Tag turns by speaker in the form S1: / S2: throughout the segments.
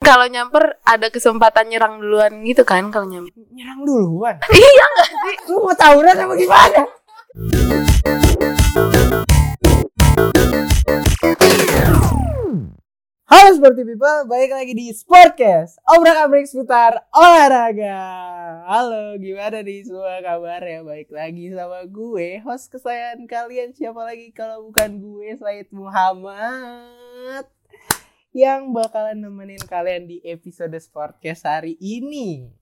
S1: kalau nyamper ada kesempatan nyerang duluan gitu kan kalau nyamper.
S2: Nyerang duluan.
S1: Iya nggak sih?
S2: Lu mau tawuran apa gimana? Halo Sporty People, balik lagi di Sportcast Obrak abrik seputar olahraga Halo, gimana nih semua kabar ya? Baik lagi sama gue, host kesayangan kalian Siapa lagi kalau bukan gue, Said Muhammad Yang bakalan nemenin kalian di episode Sportcast hari ini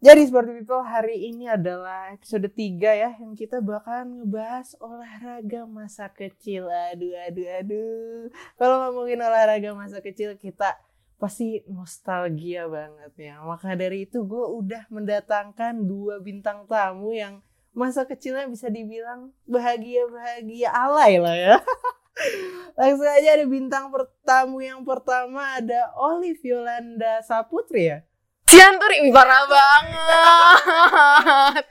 S2: jadi Sporty People, hari ini adalah episode 3 ya Yang kita bakalan ngebahas olahraga masa kecil Aduh, aduh, aduh kalau ngomongin olahraga masa kecil kita pasti nostalgia banget ya. Maka dari itu gue udah mendatangkan dua bintang tamu yang masa kecilnya bisa dibilang bahagia-bahagia alay lah ya. Langsung aja ada bintang pertamu yang pertama ada Olive Yolanda Saputri ya.
S1: Cianturi ih, parah banget.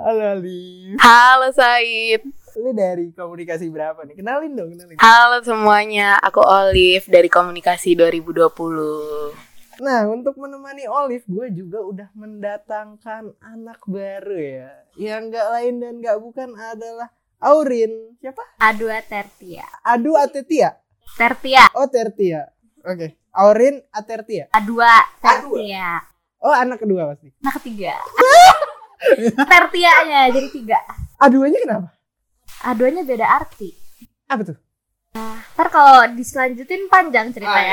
S2: Halo Olive.
S1: Halo Said.
S2: Lu dari komunikasi berapa nih? Kenalin dong, kenalin.
S1: Halo semuanya, aku Olive dari Komunikasi 2020.
S2: Nah, untuk menemani Olive, gue juga udah mendatangkan anak baru ya. Yang gak lain dan gak bukan adalah Aurin. Siapa?
S3: A2 Tertia.
S2: Adu Atetia?
S3: Tertia.
S2: Oh, Tertia. Oke. Aurin Atertia.
S3: A2 Tertia.
S2: Oh, anak kedua pasti.
S3: Nah ketiga. Tertianya jadi tiga.
S2: Aduannya kenapa?
S3: A2-nya beda arti.
S2: Apa tuh?
S3: Ntar kalau diselanjutin panjang ceritanya.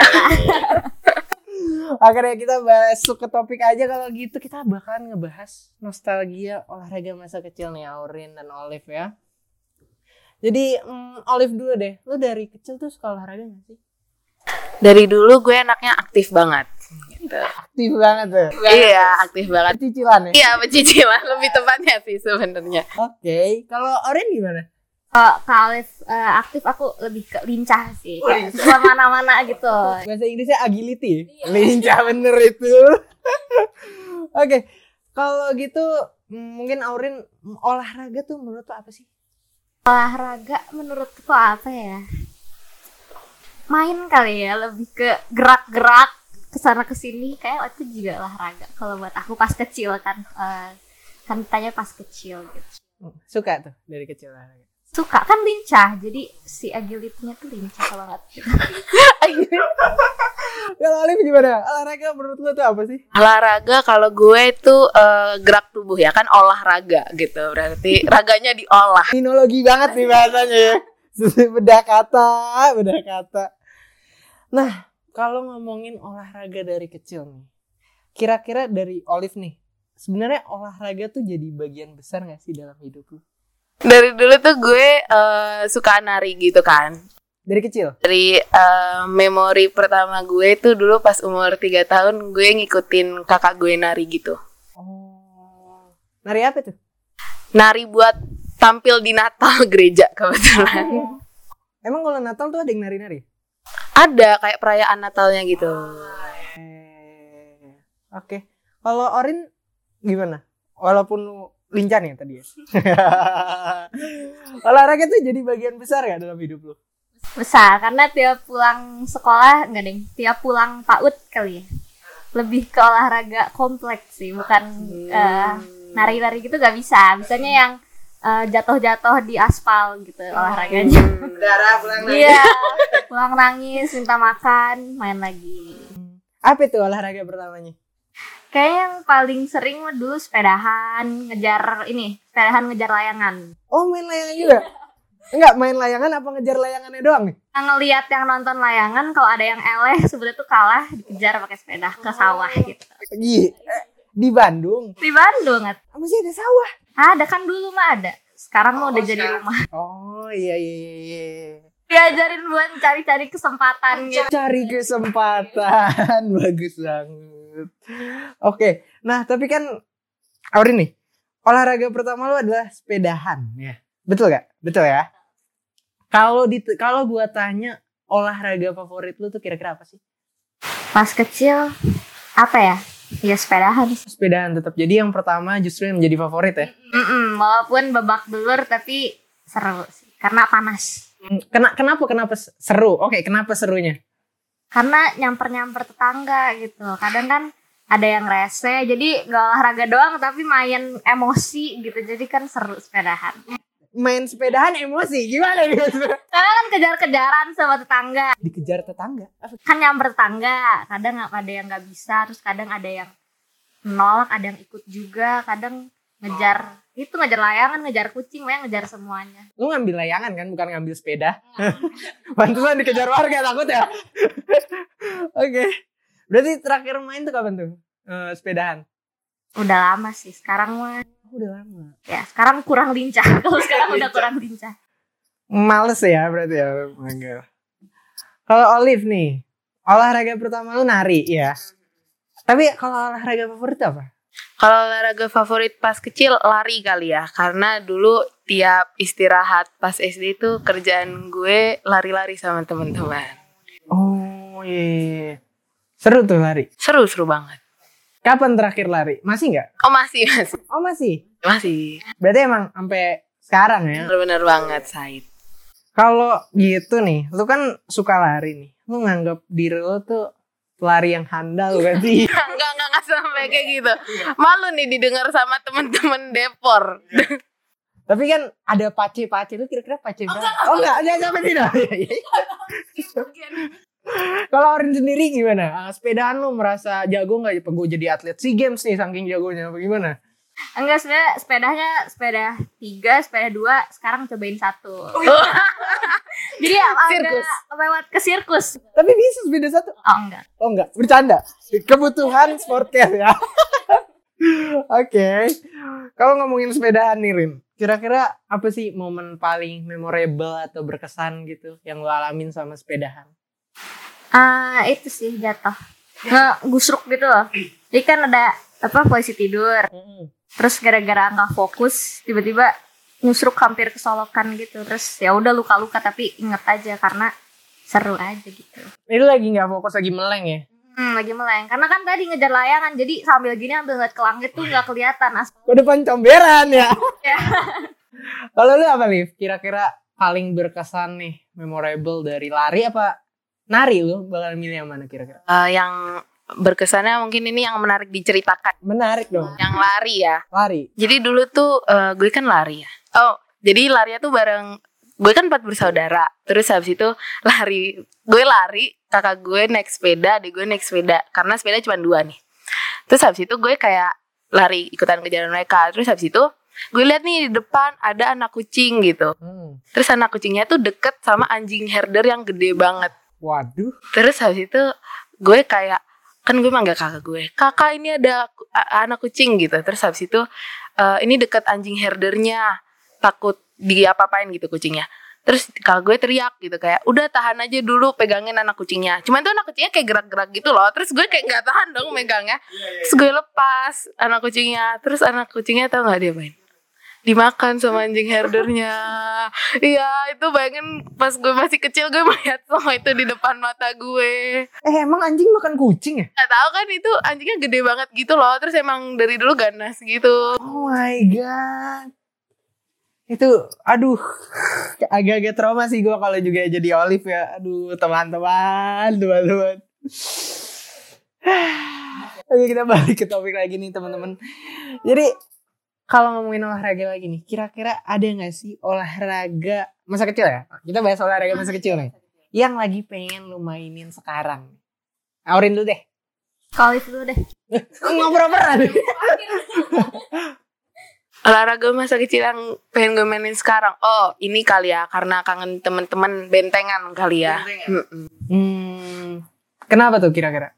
S2: Akhirnya kita masuk ke topik aja kalau gitu. Kita bakalan ngebahas nostalgia olahraga masa kecil nih Aurin dan Olive ya. Jadi mm, Olive dulu deh. Lu dari kecil tuh suka olahraga gak sih?
S1: Dari dulu gue anaknya aktif banget. Gitu.
S2: Aktif banget ya.
S1: Iya, aktif banget.
S2: Cicilan ya?
S1: Iya, pecicilan lebih tepatnya sih sebenarnya.
S2: Oke, kalau Orin gimana?
S3: Kalau Kalif eh, aktif aku lebih ke lincah sih. Kayak Kemana-mana gitu.
S2: Bahasa Inggrisnya agility. ya? Lincah Iya. bener itu. Oke, kalau gitu mm, mungkin Aurin mm, olahraga tuh menurut lo apa sih?
S3: Olahraga menurutku apa ya? Main kali ya, lebih ke gerak-gerak kesana kesini. Kayak itu juga olahraga. Kalau buat aku pas kecil kan. eh, kan ditanya pas kecil gitu.
S2: Mm, Suka tuh dari kecil olahraga.
S3: suka kan lincah jadi si agility-nya tuh lincah banget
S2: Kalau Alif gimana? Olahraga menurut lo tuh apa sih?
S1: Olahraga kalau gue itu eh, gerak tubuh ya kan olahraga gitu. Berarti raganya diolah.
S2: Minologi banget nih bahasanya ya. Beda kata, beda kata. Nah, kalau ngomongin olahraga dari kecil nih. Kira-kira dari Olive nih. Sebenarnya olahraga tuh jadi bagian besar gak sih dalam hidup lu?
S1: Dari dulu tuh gue eh, suka nari gitu kan.
S2: Dari kecil?
S1: Dari eh, memori pertama gue tuh dulu pas umur 3 tahun gue ngikutin kakak gue nari gitu.
S2: Oh. Nari apa tuh?
S1: Nari buat tampil di Natal gereja kebetulan.
S2: Emang kalau Natal tuh ada yang nari-nari?
S1: Ada kayak perayaan Natalnya gitu.
S2: Eh, Oke. Kalau Orin gimana? Walaupun lu lincah nih tadi ya. olahraga tuh jadi bagian besar ya dalam hidup lu?
S3: besar karena tiap pulang sekolah enggak deh tiap pulang PAUD kali ya lebih ke olahraga kompleks sih bukan eh, nari-nari gitu gak bisa bisanya yang eh, jatuh-jatuh di aspal gitu olahraganya
S2: Darah pulang
S3: iya pulang nangis minta makan main lagi
S2: Apa itu olahraga pertamanya?
S3: kayaknya yang paling sering mah dulu sepedahan ngejar ini sepedahan ngejar layangan
S2: Oh main layangan juga? Enggak main layangan apa ngejar layangannya doang nih?
S3: Yang ngelihat yang nonton layangan kalau ada yang eleh sebenarnya tuh kalah dikejar pakai sepeda ke sawah gitu.
S2: Gi, eh, di Bandung
S3: Di Bandung nggak-
S2: apa sih ada sawah?
S3: ada kan dulu mah ada. Sekarang mah udah jadi rumah.
S2: Oh iya iya iya. iya.
S3: Diajarin buat cari-cari kesempatan gitu.
S2: Cari kesempatan bagus banget. Oke, nah tapi kan Aurin nih olahraga pertama lu adalah sepedahan ya, betul gak? Betul ya? Kalau di kalau gua tanya olahraga favorit lu tuh kira-kira apa sih?
S3: Pas kecil apa ya? Ya sepedahan.
S2: Sepedahan tetap. Jadi yang pertama justru yang menjadi favorit ya.
S3: Mm-mm, walaupun babak belur tapi seru sih karena panas.
S2: Kena, kenapa kenapa seru? Oke, kenapa serunya?
S3: karena nyamper-nyamper tetangga gitu kadang kan ada yang rese jadi nggak olahraga doang tapi main emosi gitu jadi kan seru sepedahan
S2: Main sepedahan emosi gimana nih?
S3: karena kan kejar-kejaran sama tetangga
S2: Dikejar tetangga.
S3: kan nyamper tetangga kadang ada yang nggak bisa terus kadang ada yang nolak ada yang ikut juga kadang ngejar itu ngejar layangan ngejar kucing lah ngejar semuanya
S2: Lu ngambil layangan kan bukan ngambil sepeda. Pantesan dikejar warga takut ya. Oke. Berarti terakhir main tuh kapan tuh? Eh, sepedahan.
S3: udah lama sih sekarang mah
S2: Aku Oh, udah lama.
S3: ya sekarang kurang lincah kalau sekarang udah kurang lincah
S2: Males ya berarti ya. Enggak. Kalau Olive nih, olahraga pertama lu nari ya. Tapi kalau olahraga favorit apa?
S1: Kalau olahraga favorit pas kecil lari kali ya, karena dulu tiap istirahat pas SD itu kerjaan gue lari-lari sama teman-teman.
S2: Oh iya, iya, iya. Seru tuh lari.
S1: Seru seru banget.
S2: Kapan terakhir lari? Masih nggak?
S1: Oh masih masih
S2: Oh masih.
S1: masih
S2: Berarti emang sampai sekarang ya.
S1: bener-bener banget Said.
S2: Kalau gitu nih, lu kan suka lari nih. Lu nganggap diri lu tuh pelari yang handal gak sih?
S1: Enggak enggak enggak sampai kayak gitu. Malu nih didengar sama teman-teman Depor.
S2: Tapi kan ada pace-pace lu kira-kira pace berapa? Oh enggak, Iya, enggak sampai tidak. Kalau Orin sendiri gimana? Eh, Sepedaan lu merasa jago nggak? Apa gue jadi atlet SEA Games nih saking jagonya apa gimana?
S3: Enggak sebenarnya sepedanya sepeda tiga, sepeda dua, sekarang cobain satu. Jadi agak
S1: Sirkus.
S3: lewat ke sirkus.
S2: Tapi bisa sepeda satu.
S3: Oh enggak.
S2: Oh enggak, bercanda. Kebutuhan sportcast ya. Oke. Kalau ngomongin sepedaan nih Rin, kira-kira apa sih momen paling memorable atau berkesan gitu yang lo alamin sama sepedahan?
S3: Ah, itu sih jatuh. Ngegusruk gitu loh. Jadi kan ada apa polisi tidur. Terus gara-gara nggak fokus tiba-tiba ngusruk hampir kesolokan gitu. Terus ya udah luka-luka tapi inget aja karena seru aja gitu.
S2: Ini lagi nggak fokus lagi meleng ya?
S3: Hmm, lagi meleng. Karena kan tadi ngejar layangan, jadi sambil gini sambil ngeliat ke langit tuh nggak kelihatan aspal.
S2: Ke depan comberan ya.
S3: Ya.
S2: Kalau lu apa Liv? Kira-kira paling berkesan nih memorable dari lari apa nari lu bakal milih yang mana kira-kira?
S1: Eh, yang berkesannya mungkin ini yang menarik diceritakan.
S2: Menarik dong,
S1: Yang lari ya.
S2: lari.
S1: Jadi dulu tuh eh, gue kan lari ya. Oh, jadi larinya tuh bareng gue kan empat bersaudara. Terus habis itu lari, gue lari, kakak gue naik sepeda, adik gue naik sepeda karena sepeda cuma dua nih. Terus habis itu gue kayak lari ikutan kejaran mereka. Terus habis itu gue lihat nih di depan ada anak kucing gitu.
S2: Hmm.
S1: Terus anak kucingnya tuh deket sama anjing herder yang gede banget.
S2: Waduh.
S1: Terus habis itu gue kayak kan gue manggil kakak gue, kakak ini ada ku- a- anak kucing gitu. Terus habis itu "Eh, ini dekat anjing herdernya, takut diapa-apain gitu kucingnya. Terus kakak gue teriak gitu kayak udah tahan aja dulu pegangin anak kucingnya. Cuman tuh anak kucingnya kayak gerak-gerak gitu loh. Terus gue kayak nggak tahan dong megangnya. Terus gue lepas anak kucingnya. Terus anak kucingnya tau nggak dia main? dimakan sama anjing herdernya. Iya, itu bayangin pas gue masih kecil gue melihat semua itu di depan mata gue.
S2: Eh emang anjing makan kucing ya?
S1: Gak tahu kan itu anjingnya gede banget gitu loh. Terus emang dari dulu ganas gitu.
S2: Oh my god. Itu aduh agak-agak trauma sih gue kalau juga jadi Olive ya. Aduh teman-teman, teman-teman. Oke kita balik ke topik lagi nih teman-teman. Jadi kalau ngomongin olahraga lagi nih, kira-kira ada nggak sih olahraga masa kecil ya? Kita bahas olahraga masa kecil nih. Yang lagi pengen lu mainin sekarang. Aurin dulu deh.
S3: Kalau itu dulu deh.
S2: Ngobrol-ngobrol.
S1: Olahraga masa kecil yang pengen gue mainin sekarang. Oh, ini kali ya karena kangen temen-temen bentengan kali ya. Mm-mm.
S2: Hmm, kenapa tuh kira-kira?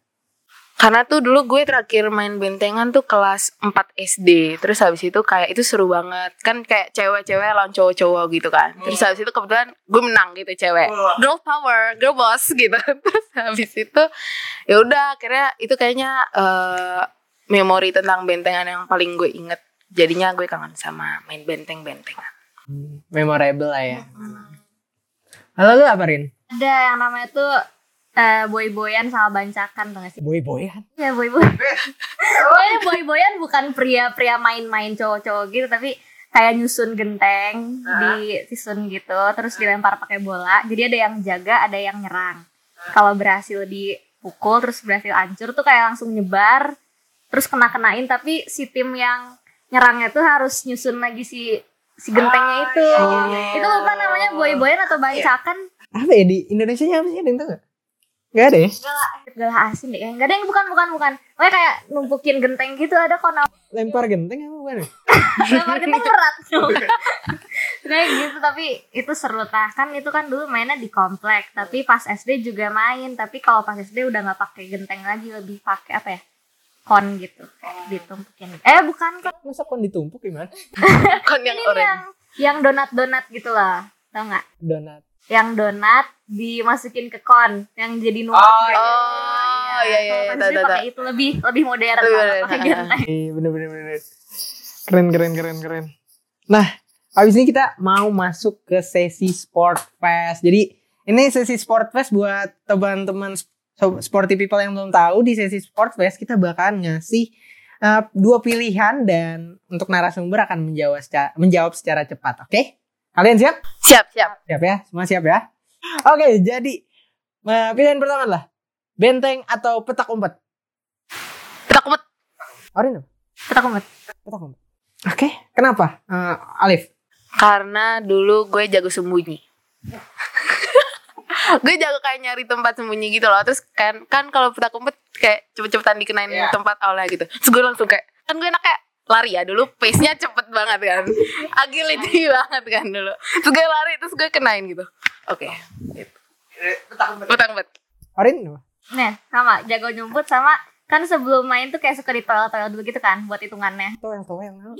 S1: Karena tuh dulu gue terakhir main bentengan tuh kelas 4 SD. Terus habis itu kayak itu seru banget. Kan kayak cewek-cewek lawan cowok-cowok gitu kan. Terus habis itu kebetulan gue menang gitu cewek. Girl power, girl boss gitu. Terus habis itu ya udah akhirnya itu kayaknya eh, memori tentang bentengan yang paling gue inget. Jadinya gue kangen sama main benteng-bentengan.
S2: Memorable lah ya. Halo lu apa Rin?
S3: ada yang namanya tuh eh, boy-boyan sama bancakan tuh gak sih?
S2: Boy-boyan.
S3: Iya boy-boy. Pokoknya boy-boyan bukan pria-pria main-main cowok-cowok gitu tapi kayak nyusun genteng di susun gitu terus dilempar pakai bola. Jadi ada yang jaga, ada yang nyerang. kalau berhasil dipukul terus berhasil hancur tuh kayak langsung nyebar terus kena kenain tapi si tim yang nyerangnya tuh harus nyusun lagi si si gentengnya itu itu lupa namanya boy boyan atau bancakan
S2: Apa ya di Indonesia nya apa sih? Ada yang tau gak? Gak ada ya?
S3: galah asin deh enggak ada yang bukan bukan bukan Pokoknya kayak numpukin genteng gitu ada kok namanya
S2: Lempar genteng apa bukan? ya?
S1: Nah,
S3: lempar genteng berat kayak gitu tapi itu seru tah kan itu kan dulu mainnya di komplek tapi pas SD juga main tapi kalau pas SD udah nggak pakai genteng lagi lebih pakai apa ya kon gitu kayak ditumpukin eh bukan kon
S2: Masa kon ditumpuk gimana?
S1: Kon yang
S3: ini nih yang
S1: orange.
S3: yang donat donat gitu lah tau nggak
S2: Donat.
S3: yang donat dimasukin ke kon yang jadi numpuk
S2: Oh,
S3: gitu.
S1: Oh, iya, iya,
S3: Kalau
S1: iya,
S3: pas
S1: tahu,
S3: SD
S1: tahu,
S3: pakai itu lebih lebih modern
S1: Lebih
S3: lah,
S1: modern,
S3: pakai
S1: ha, ha, ha.
S3: genteng
S2: Iya bener bener bener. Keren keren keren keren. Nah abis ini kita mau masuk ke sesi sport fest. Jadi ini sesi sport fest buat teman-teman sp- so- sporty people yang belum tahu di sesi sport fest kita bakalan ngasih eh, dua pilihan dan untuk narasumber akan menjawab secara, menjawab secara cepat. Oke? Kalian siap?
S1: Siap, siap.
S2: Siap ya, semua siap ya. Oke, jadi eh, pilihan pertama adalah benteng atau petak umpet.
S1: Petak umpet.
S2: Orin,
S3: Petak umpet.
S2: petak umpet. Oke, kenapa? Eh, Alif.
S1: Karena dulu gue jago sembunyi. gue jago kayak nyari tempat sembunyi gitu loh. Terus kan kan kalau petak umpet kayak cepet-cepetan dikenain
S2: Iya.
S1: tempat awalnya gitu. Terus gue langsung kayak kan gue enak kayak lari ya dulu pace-nya cepet banget kan. Agility banget kan dulu. Terus gue lari terus gue kenain gitu. Oke. gitu. Eh, Petak umpet.
S2: Orin apa?
S3: Nah, sama jago nyumput sama kan sebelum main tuh kayak suka di toilet-toilet dulu gitu kan buat hitungannya.
S2: Toel toel no.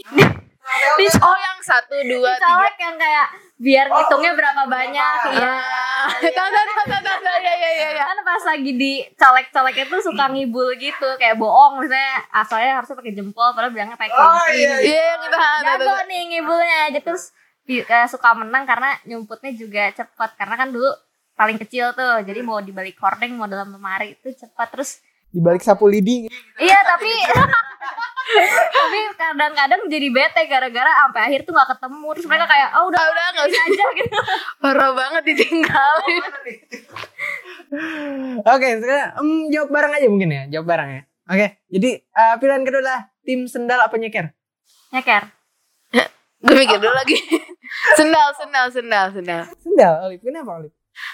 S1: Oh yang satu dua tiga. Oh,
S3: Colek yang kayak biar ngitungnya berapa banyak. Iya.
S1: Ah, tahu tahu tahu tahu tahu ya ya ya ya.
S3: Kan pas lagi di colek-colek itu suka
S1: Hmm.
S3: ngibul gitu kayak bohong misalnya asalnya harusnya pakai jempol padahal bilangnya pakai kunci.
S1: Iya yang kita tahu, tahu,
S3: Jago
S1: tahu.
S3: nih ngibulnya aja terus di- eh, suka menang karena nyumputnya juga cepat karena kan dulu paling kecil tuh jadi mau dibalik hordeng mau dalam lemari itu cepat terus
S2: Dibalik sapu lidi.
S3: Iya tapi tapi kadang-kadang jadi bete gara-gara sampai akhir tuh nggak ketemu terus mereka kayak oh udah
S1: Ah, udah nggak
S3: ini
S1: usah
S3: aja gitu
S1: parah banget ditinggalin.
S2: Oke, sekarang em, jawab bareng aja mungkin ya, jawab bareng ya. Oke, jadi eh, pilihan kedua lah tim sendal apa nyeker?
S3: nyeker
S1: Gue mikir dulu lagi. sendal, sendal, sendal, sendal.
S2: Sendal, Alif. Kenapa Alif?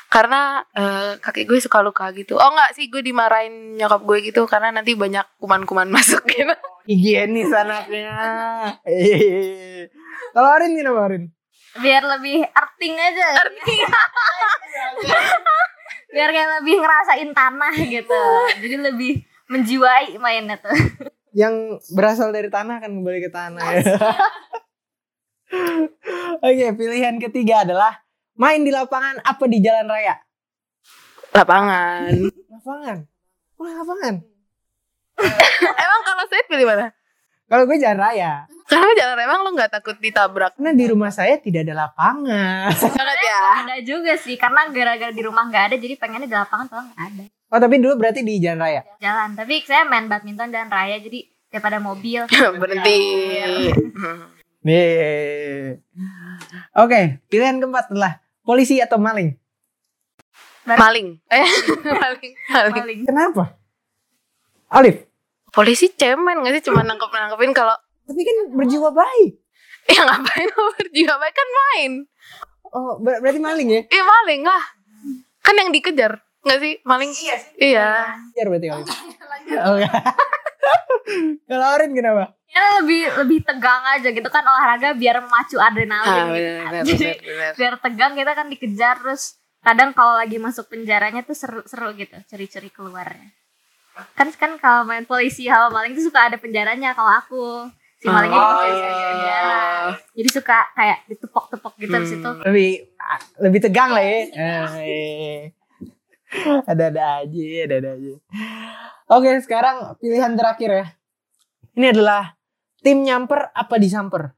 S1: Karena eh, kaki gue suka luka gitu. Oh enggak sih, gue dimarahin nyokap gue gitu karena nanti banyak kuman-kuman masuk gitu.
S2: Higienis anaknya. Hehehe. Kalau Orin kenapa Orin?
S3: biar lebih arting aja biar kayak lebih ngerasain tanah gitu jadi lebih menjiwai mainnya tuh
S2: Yang berasal dari tanah akan kembali ke tanah ya. Oke, pilihan ketiga adalah main di lapangan apa di jalan raya?
S1: Lapangan.
S2: Lapangan. Wah, lapangan.
S1: emang kalau saya pilih mana?
S2: Kalau gue jalan raya.
S1: Karena jalan emang lo nggak takut ditabrak
S2: Karena di rumah saya tidak ada lapangan.
S1: banget ya?
S3: ada juga sih karena gara-gara di rumah nggak ada jadi pengennya di lapangan tuh nggak ada
S2: Oh tapi dulu berarti di jalan raya.
S3: jalan tapi saya main badminton dan raya jadi daripada mobil
S1: Berhenti.
S2: Nih. Oke, pilihan keempat adalah polisi atau maling.
S1: Maling. Eh, maling. Maling.
S3: paling
S2: Kenapa? Alif.
S1: Polisi cemen gak sih cuma nangkep nangkepin kalau
S2: Tapi kan berjiwa baik.
S1: ya ngapain lo berjiwa baik kan main.
S2: Oh, ber- berarti maling ya?
S1: Iya maling lah. Kan yang dikejar nggak sih maling? Iya. Iya.
S2: Iya berarti Alif. Oh, enggak. Kalau Orin kenapa?
S3: Ya lebih lebih tegang aja gitu kan olahraga biar memacu
S1: Ah,
S3: adrenalin. gitu kan.
S1: benar benar
S3: Jadi,
S1: benar, benar.
S3: biar tegang kita kan dikejar terus kadang kalau lagi masuk penjaranya tuh seru-seru gitu, curi-curi keluarnya. Kan kan kalau main polisi sama maling tuh suka ada penjaranya kalau aku si malingnya dikejar penjara. Jadi suka kayak ditepok-tepok gitu di situ.
S2: Hmm. Lebih lebih tegang lah ya. Eh, Ada-ada aja, ada-ada aja. Oke, sekarang pilihan terakhir ya. Ini adalah tim nyamper apa disamper?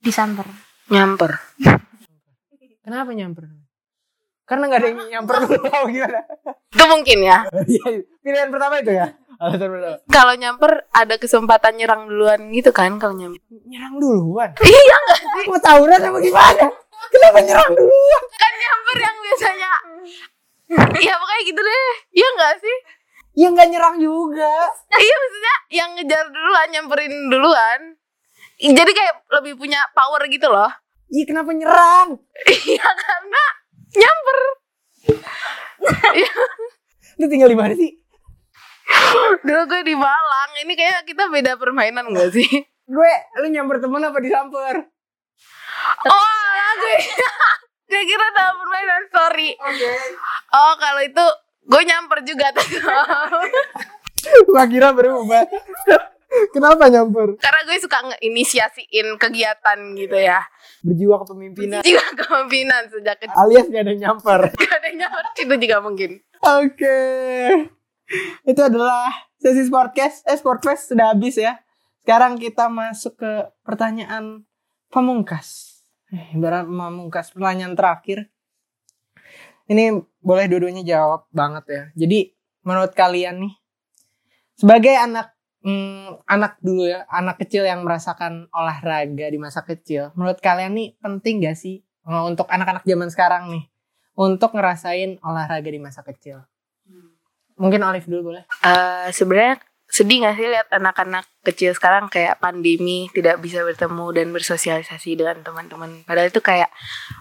S3: disamper.
S1: Nyamper.
S2: Kenapa nyamper? Karena nggak ada yang nyamper dulu apa gimana?
S1: Itu mungkin ya.
S2: Iya, Pilihan pertama itu ya. Alasan pertama.
S1: Kalau nyamper ada kesempatan nyerang duluan gitu kan kalau nyamper.
S2: Nyerang duluan.
S1: Iya nggak sih?
S2: Mau tawuran apa gimana? Kenapa nyerang duluan?
S1: Kan nyamper yang biasanya Iya pokoknya gitu deh. Iya enggak sih?
S2: Ya nggak nyerang juga.
S1: iya maksudnya yang ngejar duluan, nyamperin duluan. Jadi kayak lebih punya power gitu loh.
S2: Iya kenapa nyerang?
S1: Iya karena nyamper. Iya.
S2: Lu tinggal di mana sih?
S1: Dulu gue di Malang. Ini kayak kita beda permainan gak sih?
S2: Gue, lu nyamper temen apa disamper?
S1: Oh, alah, gue. gue kira dalam permainan sorry.
S2: Oke.
S1: Oh, kalau itu gue nyamper juga tuh.
S2: Gua kira berubah. Kenapa nyamper?
S1: Karena gue suka ngeinisiasiin kegiatan gitu ya.
S2: Berjiwa kepemimpinan
S1: Juga kepemimpinan sejak kecil.
S2: alias gak ada yang nyamper.
S1: Gak ada yang nyamper itu juga mungkin.
S2: Oke. Itu adalah sesi podcast eh sportfest sudah habis ya. Sekarang kita masuk ke pertanyaan pamungkas. Eh, ibarat pamungkas pertanyaan terakhir. Ini boleh dua-duanya jawab banget ya. Jadi menurut kalian nih sebagai anak hmm, anak dulu ya, anak kecil yang merasakan olahraga di masa kecil. Menurut kalian nih penting gak sih eh, untuk anak-anak zaman sekarang nih? untuk ngerasain olahraga di masa kecil. Mungkin Olive dulu boleh.
S1: Eh, sebenarnya sedih gak sih lihat anak-anak kecil sekarang kayak pandemi tidak bisa bertemu dan bersosialisasi dengan teman-teman padahal itu kayak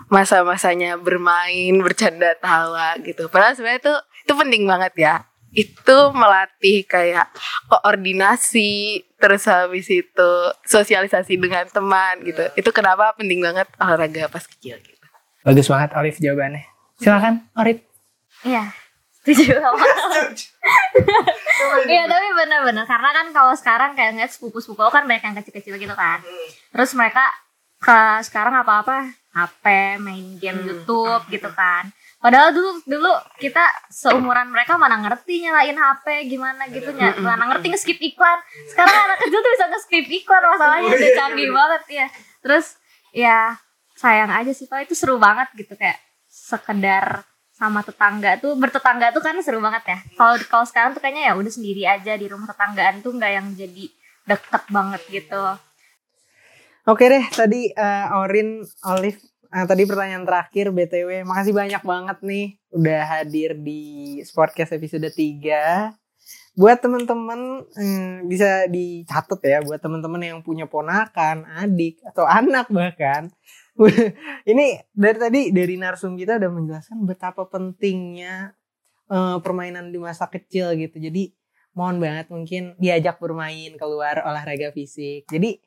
S1: masa-masanya bermain bercanda tawa gitu padahal sebenarnya itu itu penting banget ya itu melatih kayak koordinasi terus habis itu sosialisasi dengan teman gitu itu kenapa penting banget olahraga pas kecil gitu
S2: Bagus banget Olive jawabannya. Silakan Orit.
S3: Iya. Setuju sama Iya tapi bener-bener Karena kan kalau sekarang kayak ngeliat sepupu-sepupu aku kan banyak yang kecil-kecil gitu kan Terus mereka ke sekarang apa-apa HP, main game
S1: Hmm.
S3: Youtube gitu kan Padahal dulu dulu kita seumuran mereka mana ngerti nyalain HP gimana gitu nya-
S1: Mm-mm.
S3: mana ngerti nge-skip iklan. Sekarang anak kecil tuh bisa nge-skip iklan
S1: Oh,
S3: masalahnya
S1: iya,
S3: udah canggih banget ya. Terus ya sayang aja sih Pak itu seru banget gitu kayak sekedar sama tetangga tuh bertetangga tuh kan seru banget ya kalau kalau sekarang tuh kayaknya ya udah sendiri aja di rumah tetanggaan tuh nggak yang jadi deket banget gitu
S2: Oke deh, tadi eh, Orin, Olive, eh, tadi pertanyaan terakhir BTW. Makasih banyak banget nih udah hadir di Sportcast episode 3. Buat temen-temen hmm, bisa dicatat ya buat temen-temen yang punya ponakan, adik atau anak bahkan. Ini dari tadi dari narsum kita udah menjelaskan betapa pentingnya eh, permainan di masa kecil gitu. Jadi mohon banget mungkin diajak bermain keluar olahraga fisik. Jadi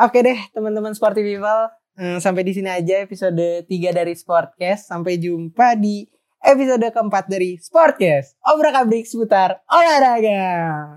S2: Oke deh teman-teman Sporty People. Hmm, sampai di sini aja episode 3 dari Sportcast. Sampai jumpa di episode keempat dari Sportcast. Obrak abrik seputar olahraga.